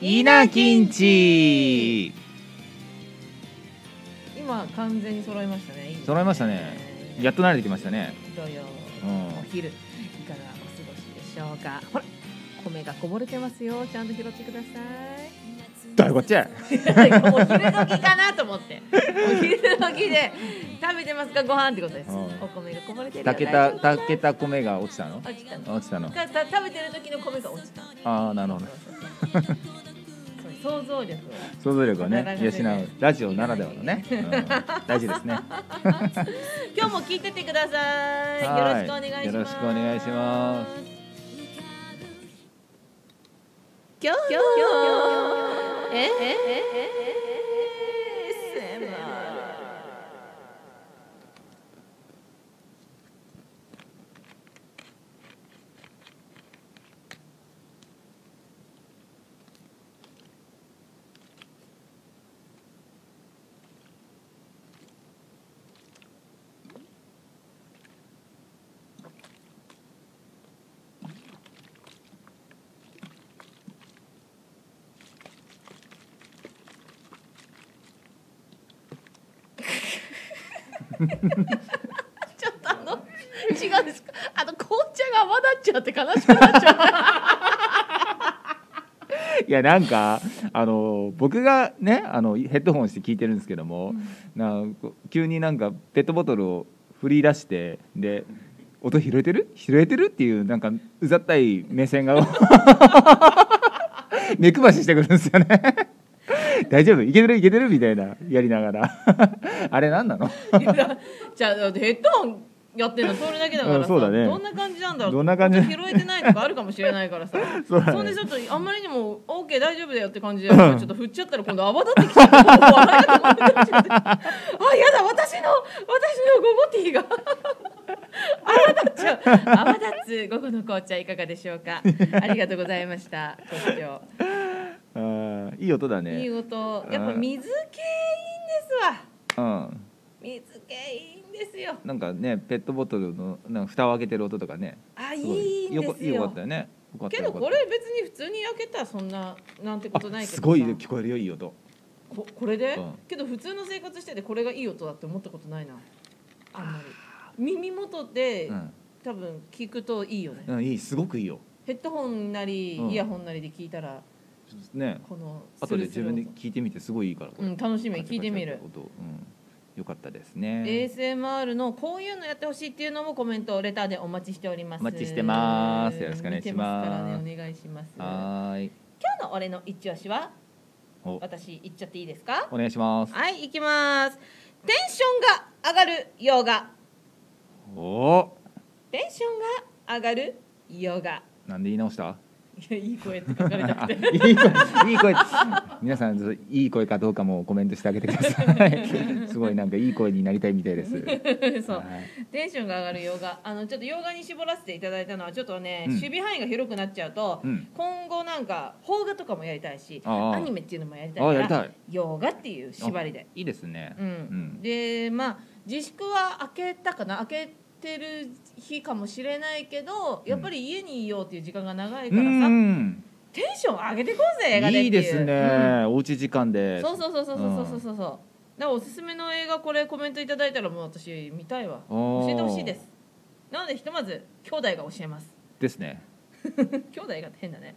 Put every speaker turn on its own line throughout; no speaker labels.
イナキンチ
今完全に揃いましたねいいです
揃いましたねやっと慣れてきましたね
土曜
うん
お昼いかがお過ごしでしょうかほら米がこぼれてますよちゃんと拾ってくだ
どういうこっちゃ
さいお昼時かなと思ってお昼時で食べてますかご飯ってことです
うん
お米がこぼれてるよ
炊けた
大丈
炊けた米が落ちたの
夫落ちたの
落ちたの
かた食べてる時の米が落ちた
ああなるほど
そうそうそうそう想像力を
想像力を
なか
ね
なか
養
ね
うラジオならではのね、うん大事ですね
今日も聞いててください。
はい
よろしくお願いします。
よろしくお願いします。
今日今日えええちょっとあの違うんですか。あの紅茶が泡立っちゃって悲しくなっちゃ う。
いやなんかあの僕がねあのヘッドホンして聞いてるんですけども、なこう急になんかペットボトルを振り出してで音拾えてる拾えてるっていうなんかうざったい目線 が目配ししてくるんですよね。 大丈夫いけてるいけてるみたいなやりながら あれ何なの
じゃあだってヘッドホンやってるのそれだけだから
うん
さ、
そうだね
どんな感じなんだろう
どんな感じ
拾えてないとかあるかもしれないからさ
そうだね
んでちょっとあんまりにも OK 大丈夫だよって感じでちょっと振っちゃったら今度泡立ってきちゃってもう笑いが止まんなくなっちゃってあやだ私の私のゴゴティーが泡立っちゃう泡立つ午後の紅茶いかがでしょうかありがとうございましたご視聴
あーいい音だね
いい音やっぱ水系いいんですわ
うん、
水系いいんですよ
なんかねペットボトルのなんか蓋を開けてる音とかね
あい
すごい
いんです
よかっ
よ
たよねよかった
け
よ
ど
かった
これ別に普通に焼けたらそんななんてことないけど
すごい
さ
聞こえるよいい音
ここれで、
うん
けど普通の生活しててこれがいい音だって思ったことないなあんまり耳元で、
うん、
多分聞くといいよね、
うん、いいすごくいいよ
ヘッドホンなり、
うん
イヤホンなりで聞いたら
ね
この
後で
ス
自
ルス
分
ル音
で聞いてみてすごいいいからこ
う
れ
ん楽しみ聞いてみ
カ
る
チャカチャって音うん、よかったですね
ASMR のこういうのやってほしいっていうのもコメントレターでお待ちしております
お待ちしてますよろしくお願いします
見てますからねお願いします今
はーい
日の俺の一押しは
お
私言っちゃっていいですか
お願いします
はい、行きます。テンションが上がるヨガ。
お
テンションが上がるヨガ。
ーなんで言い直した
いや、いい声って書かれ た
あ
く
い
て。
い声いい声皆さんちょっといい声かどうかもコメントしてあげてくださ いすごいなんかいい声になりたいみたいです
そう、
はい
テンションが上がるヨガ。あの、ちょっとヨガに絞らせていただいたのは、ちょっとね、
うん
守備範囲が広くなっちゃうと。
うん
今後なんか、邦画とかもやりたいし、
ああ
アニメっていうのもやりたい
あ
か
やりた
ら。
い
ヨガっていう縛りで。
いいですね
うん、でまあ自粛は開けたかな開けてる日かもしれないけどやっぱり家にいようっていう時間が長いからさ、
うん
テンション上げてこうぜ映画でっていう
いいですね、おうち時間
う
で
んそうそうそうそうそうそうそうそうだからおすすめの映画これコメントいただいたらもう私見たいわ
お
教
ー
えてほしいですなのでひとまず兄弟が教えます
ですね
兄弟がって変だね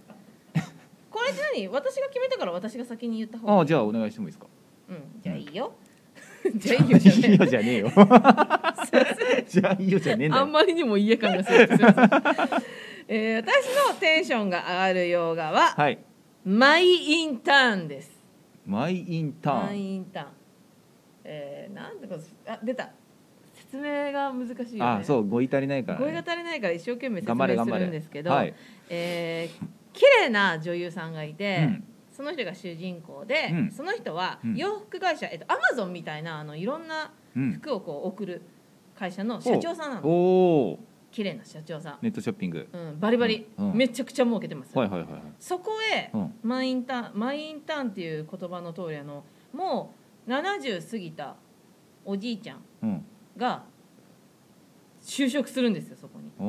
これって何私が決めたから私が先に言った方
あ
が
あじゃあお願いしてもいいですか
うんじゃあい いよじゃあいいよじゃ
いい
ね
よじゃねえよじゃあいいよじゃねえんだ
あん
よ
まりにも家感がすごいです えー、私のテンションが上がる洋画は、
はい
マイインターンです
マイインタ
マ
ーン
イインターン。えー、なんてことしあ出た。説明が難しいよね。。
ああそうう語彙足りないからね、
声が足りないから一生懸命説
頑張れ
明
頑
す
張
るん
れ
ですけど、
はい
えー綺麗な女優さんがいて、
うん
その人が主人公で、
うん
その人は
うん
洋服会社、えっとアマゾンみたいなあのいろんな
うん、
服をこう送る会社の社長さんな
お
の。
お
綺麗な社長さん。
ネットショッピング
うんバリバリ、
うんうん
めちゃくちゃ儲けてます。
はいはいはいはい
そこへ、
うん
マイインターンマイインターンっていう言葉の通りあのもう70過ぎたおじいちゃん
うん
が就職するんですよそこに
お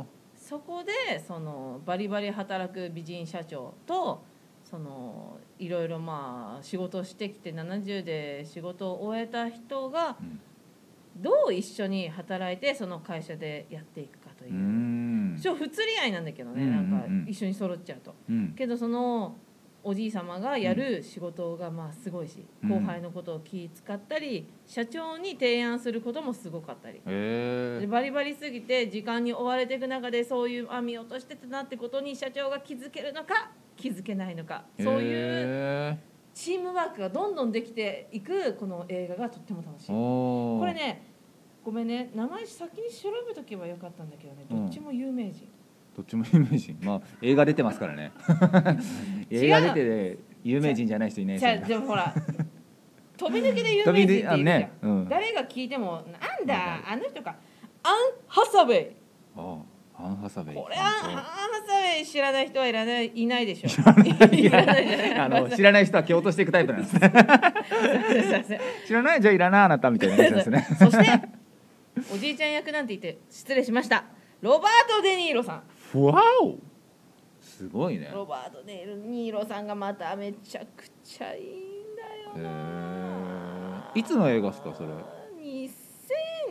お
そこでそのバリバリ働く美人社長とそそのいろいろまあ仕事をしてきて70で仕事を終えた人が
うん
どう一緒に働いてその会社でやっていくかというう、
ん
一応不釣り合いなんだけどね、
うんうんうん
なんか一緒に揃っちゃうと。
うん
けどそのおじい様がやる仕事がまあすごいし、
うん
後輩のことを気遣ったり社長に提案することもすごかったり、
へ
で
え
バリバリすぎて時間に追われていく中でそういうあ見落としてたなってことに社長が気づけるのか気づけないのかそういう
へ
チームワークがどんどんできていくこの映画がとっても楽し
え
い
おー
これねごめんね名前先に調べとけばよかったんだけどね
う
ど
ん
っちも有名人、
どっちも有名人まあ映画出てますからね映画出てて有名人じゃない人いない
じゃあ
です
で
よ
も ほら飛び抜けで有名人っているじゃ
飛
ん、
び抜けあねうん
誰が聞いてもなん
わ
だ
か
あの人かアン・ハサウェイ
ああアンハサベイ
これアン・アンハサウェイ知らない人はいらないいないでしょ
い
いらないじゃない
やあの知らない人は蹴落としていくタイプなん ですね知らないじゃあいらないあなたみたいな感じですね
そしておじいちゃん役なんて言って失礼しましたロバート・デ・ニーロさん
ふわおすごいね
ロバート・デ・ニーロさんがまためちゃくちゃいいんだよな
へえいつの映画っすかそれ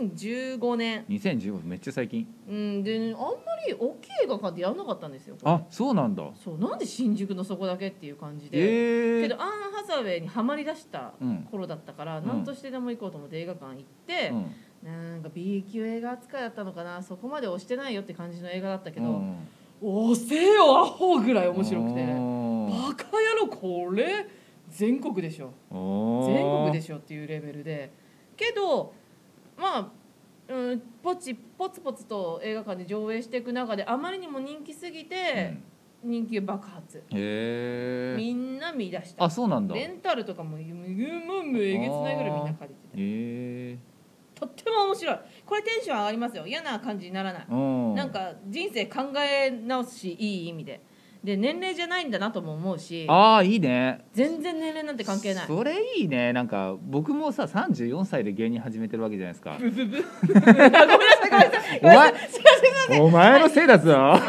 2015年
2015めっちゃ最近
うんでねあんまり大きい映画館でやらなかったんですよこれ
あそうなんだ
そうなんで新宿のそこだけっていう感じで、
え
け
え
どアン・ハサウェイにはまりだした
うん
頃だったから、
ん
何としてでも行こうと思って映画館行って
う、ん
なんか B 級映画扱いだったのかなそこまで押してないよって感じの映画だったけ
う
ど
ん
押せよアホぐらい面白くて
おー
バカ野郎これ全国でしょ
おー
全国でしょっていうレベルでけどまあ、うん、ポチポツポツと映画館で上映していく中であまりにも人気すぎて、人気爆発
うんへえ
みんな見出した
あそうなんだ
レ
へ
ンタルとかもむむむえげつないぐらいみんな借りてて
え
とっても面白いこれテンション上がりますよ嫌な感じにならない
うん
なんか人生考え直すしいい意味でで年齢じゃないんだなとも思うし
ああいいね
全然年齢なんて関係ない
それいいねなんか僕もさ34歳で芸人始めてるわけじゃないですか
ごめんなさいごめんなさい
お前お前のせいだぞ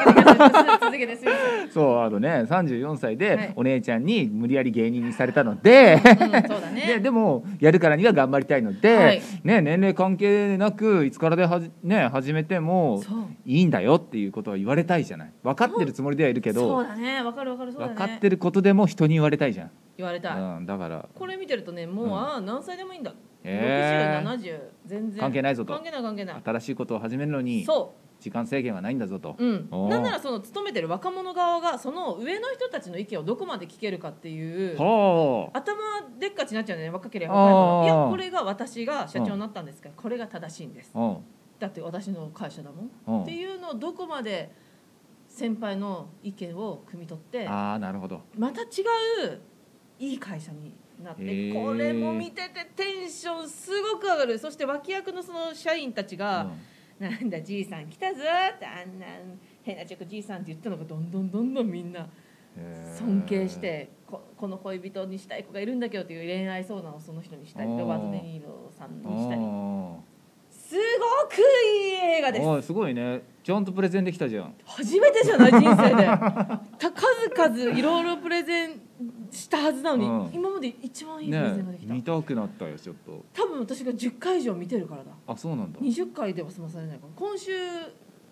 続けてすいま
そうあのね34歳
はい
でお姉ちゃんに無理やり芸人にされたので、
せんうんそうだ
で
ね
でもやるからには頑張りたいので、
はい
ね、年齢関係なくいつからではじ、ね、始めても
そう
いいんだよっていうことは言われたいじゃない分かってるつもりではいるけ
そ
ど、
うだねわかるわかるそうだね
分かってることでも人に言われたいじゃん、
言われたい
うん、だから、
これ見てるとねもう、
うん
ああ何歳でもいいんだ、
えー
6070全然
関係ないぞと
関係ない関係ない
新しいことを始めるのに
そ
時間制限はないんだぞと
う、。うん
お、ー
なんならその勤めてる若者側がその上の人たちの意見をどこまで聞けるかっていう
ほう
頭でっかちになっちゃうんだよね若ければ
あー
若いほどいやこれが私が社長になったんですからこれが正しいんです
うん
だって私の会社だもん、
うん
っていうのをどこまで先輩の意見を汲み取って
ああなるほど
また違ういい会社になって
へー
これも見ててテンションすごく上がるそして脇役のその社員たちが「なんだじいさん来たぞ」ってあんな変なチョコじいさんって言ったのがどんどんどんどんみんな尊敬し、てここの恋人にしたい子がいるんだけどという恋愛相談をその人にしたり
おー
ロバート・デ・ニーロさん
う
に
ん
したり
あ
すごくいい映画
ー
です
おいすごいねちゃんとプレゼンできたじゃん
初めてじゃない人生 でた数々いろいろプレゼンしたはずなのに、
うん
今まで一番いいプレゼン
ね
ができた、
見たくなったよちょっと
多分私が10回以上見てるからだ
あそうなんだ
20回では済まされないから今週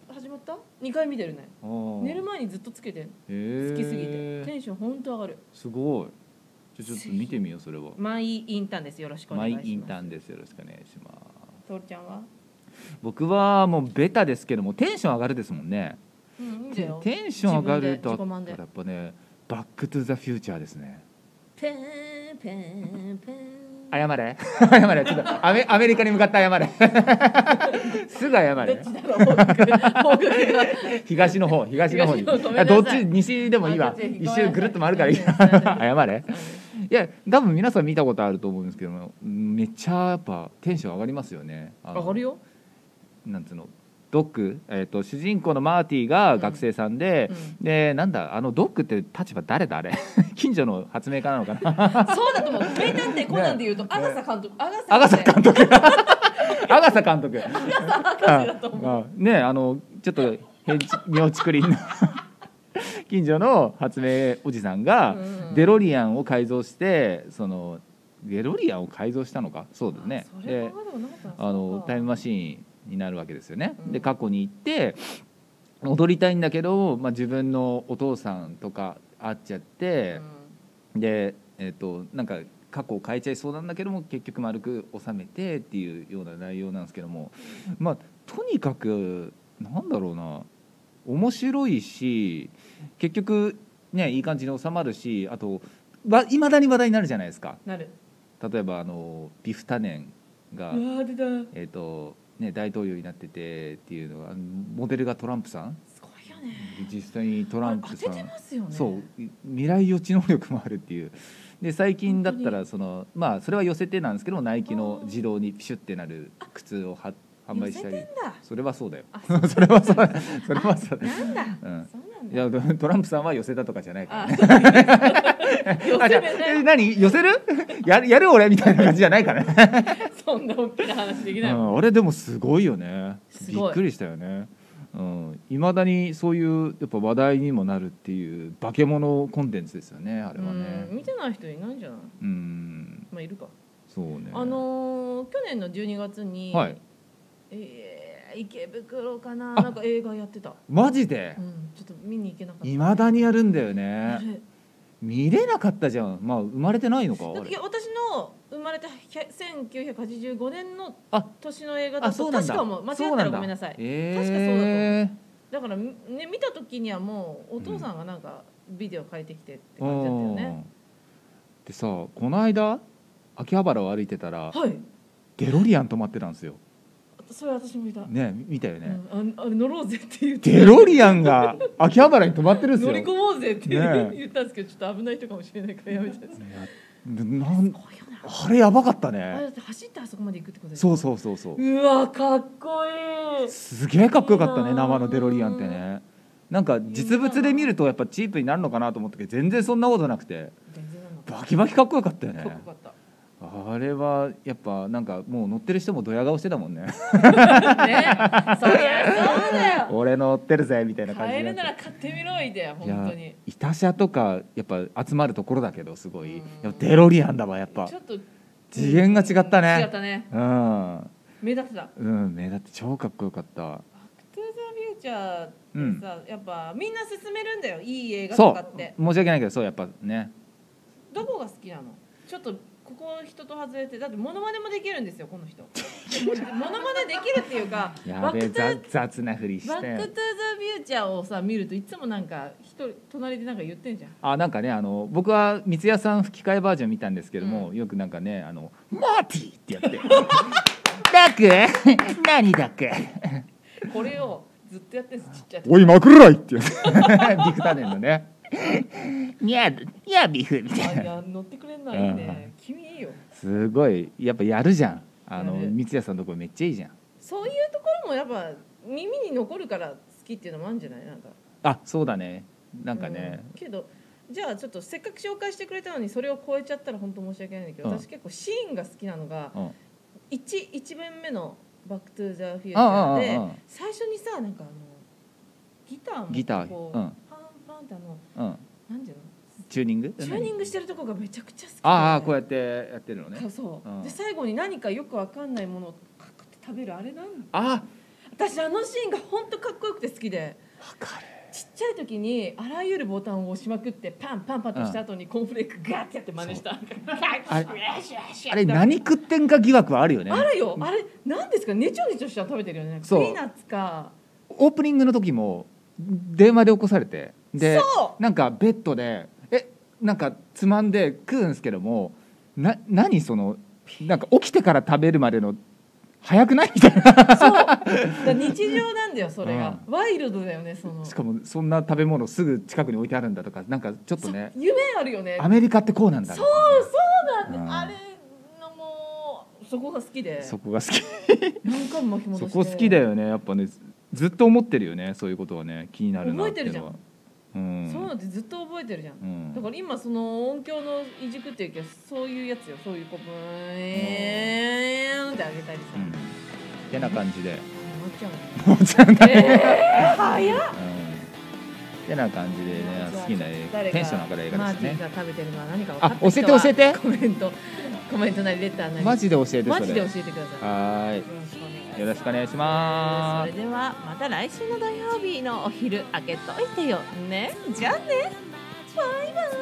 始まった2回見てるね寝
寝
る前にずっとつけて好
好
きすぎてテンションほんと上がる
すごいじゃあちょっと見てみようそれは
マイインターンですよろしくお
マ
願いし
イ
ます
インターンですよろしくお願いします
トールちゃんは
僕はもうベタですけどもテンション上がるですもんね
うんいいんだ
テ
よ
ンション上がると
自分で
やっぱねバックトゥザフューチャーですね
ペンペンペン
謝れ 謝れちょっとアメアメリカに向かって謝 れすぐ謝
どっ
れ
ちだろう報告報 告が
東の方東の方に
東の方ごめんなさ
あ
い
どっち西でもいい
あ
わ
こっち
一周ぐるっと回るからいい
ごめん なさい
謝れいや多分皆さん見たことあると思うんですけどもめっちゃやっぱテンション上がりますよねあの
上がるよ
なんつうのドック、えー、と主人公のマーティが学生さんで、
う
でなんだあのドックって立場誰だあれ 近所の発明家なのかな
そうだと思う名探偵コナンで言うとアガサ監督ア
アガ
ガ
サ
サ
監督 アガサ監督
督博士だと思う
ああねあのちょっと変妙竹林の 近所の発明おじさんが
うん
デロリアンを改造してそのデロリアンを改造したのかそうだよね
あそれ
で
考えたことなかったな
あ
そう
の
か
タイムマシーンになるわけですよね。
うん
で過去に行って踊りたいんだけど、まあ、自分のお父さんとか会っちゃって、で、えっとなんか過去を変えちゃいそうなんだけども結局丸く収めてっていうような内容なんですけども、まあ、とにかくなんだろうな面白いし結局、ね、いい感じに収まるしあといまだに話題になるじゃないですか
なる
例えばあのビフタネンが、
うわ出た
えっとね、大統領になっててっていうのはあのモデルがトランプさん
すごいよね
実際にトランプさ
あれ当てて
ん
ますよね
そうい未来予知能力もあるっていうで最近だった
本当
らそのまあそれは寄せてなんですけどナイキの自動にピシュってなる靴をは販売した
寄
り
せてんだ
それはそうだよ
あ
それはそうそれはそうだよ
なんだ、
うん
そうなん
い
だ
やトランプさんは寄せたとかじゃないから
あ
ね
そうなんだ 寄
あじ
せ
ゃあ
目
え
ね
何寄せる やるやる俺みたいな感じじゃないからね、
そんな大きな話でき
う
ないもん、
ん、あれでもすごいよね
す
び
ごい
っくりしたよねいま、未だにそういうやっぱ話題にもなるっていう化け物コンテンツですよねあれはね
うん見てない人いないんじゃない
うん
まあいるか、
そうね
あのー去年の12月に、
はい
えー池袋かな
あ
なんか映画やってた、
マジで
うん、ちょっと見に行けなかった
いまだにやるんだよ
あ
ね
れ
見れなかったじゃんまあ生まれてないのか
だっ
あ
てい
れ
や私の生まれた1985年の
あ
年の映画だ
あ
と
そうなん
確
だ
かもう間違ったらごめんなさい
え
だから、ね、見た時にはもうお父さんがなんかビデオ借りてきてって感じだったよね、
うんでさこの間秋葉原を歩いてたら
はい
デロリアン止まってたんですよ
それ私もいた、
ね見たよね、
うん、ああれ乗ろうぜって言って
デロリアンが秋葉原に止まってるんです
乗
よ
り込もうぜって、
ねえ
言ったんですけどちょっと危ない人かもしれないからやめちゃった
いやなん
怖いよな
あれやばかった
あれだ
ね
って走ってあそこまで行くってことでしょ
そうそうそうそう
うわかっこいい
すげえかっこよかった
いい
ね
なあ
生のデロリアンってねなんか実物で見るとやっぱチープになるのかなと思ったけど全然そんなことなくて
全然なのか
バキバキかっこよかったよ
っ
ね
こよかっ
あれはやっぱなんかもう乗ってる人もドヤ顔してたもんね
たねそりゃそうだよ
俺乗ってるぜみたいな感じ
買え
にな
る
って
なら買ってみろいで本当
いや
に
いたしゃとかやっぱ集まるところだけどすごい
うん
やっぱデロリアンだわやっぱ
ちょっと
次元が違った
違っ
ね
たね
うん
目立ってた
うん目立って超かっこよかった
バックトゥーザフューチャーってさ、やっぱみんな勧めるんだよいい映画
そ
と
う
かって
申し訳ないけどそうやっぱね
どこが好きなのちょっとここ人と外れてだってモノマネもできるんですよこ の人モノマネできるっていうか
や
バッ
べえ
クトゥ
雑雑なふり
バ
し
ックトゥーザ
て
フューチャーをさ見るといつもなんか一人隣でなんか言ってんじゃん
あなんかねあの僕は三ツ矢さん吹き替えバージョン見たんですけども、よくなんかねあの「マーティ!」ってや って「ダク 何ダク
これをずっとやってんですちっちゃい時
おいまくらい!」ってやって ビクタネンのね「ニャニャビフ」みた
あ
い
い
な
や乗ってくれんないいね君いいよ
すごいやっぱやるじゃんあの
やる
三ツ矢さんのとこめっちゃいいじゃん
そういうところもやっぱ耳に残るから好きっていうのもあるんじゃないなんか
あそうだねなんかね、
うんけどじゃあちょっとせっかく紹介してくれたのにそれを超えちゃったら本当申し訳ないんだけど、
うん
私結構シーンが好きなのが
うん
一一番目の「バック・トゥ・ザ・フューチ
あ
ャ
あ
ー
あ
で」
あああ
最初にさなんかあのギターも
ギター
こ
う
う、
ん
パンパンってあの
うん、
なんていうの
チューニング
チューニングしてるとこがめちゃくちゃ好きで
ああこうやってやってるのね
そうそう、
うん
で最後に何かよくわかんないものをカクって食べるあれなん
あ
私あのシーンが本当かっこよくて好きで
わかる
ちっちゃい時にあらゆるボタンを押しまくってパンパンパンとした後にコーンフレークガーってやって真似した
あれあ
あ
れ何食ってんか疑惑はあるよね
あるよあれ何ですかねちょねちょしたの食べてるよねなんかピ
そう
ーナッツか
オープニングの時も電話で起こされてで
そ
なんかベッドでえなんかつまんで食うんですけどもな何そのなんか起きてから食べるまでの早くないみた いな
そうだから日常なんだよそれが、ワイルドだよねその
しかもそんな食べ物すぐ近くに置いてあるんだとかなんかちょっとね
夢あるよね
アメリカってこうなんだ
そう
みたい
そうなんだ、
うん
あれのもうそこが好きで
なそこが好き
何回も巻き戻
そ
して
こ好きだよねやっぱねずずっと思ってるよねそういうことはね気になるなっていうのは
覚
う
そういうの
ん
ってずっと覚えてるじゃん
うん
だから今その音響のいじくっていうけどそういうやつよそういうこうブーンってあげたりさ、
うんてな感じで
終わっちゃう
もうちゃん
のえー、早っ
うんてな感じでね好きな映画テンション上がる映画でした
マーテ
ね
ィが食べてるのは何か分か
あ
った
教え
人
て
は
教えて
コメントコメントなりレターなり
マジで教えてそれ
マジで教えてください
はーい
よろしくお願いします
よろしくお願いしま
それではまた来週の土曜日のお昼開けといてよねじゃあねバイバイ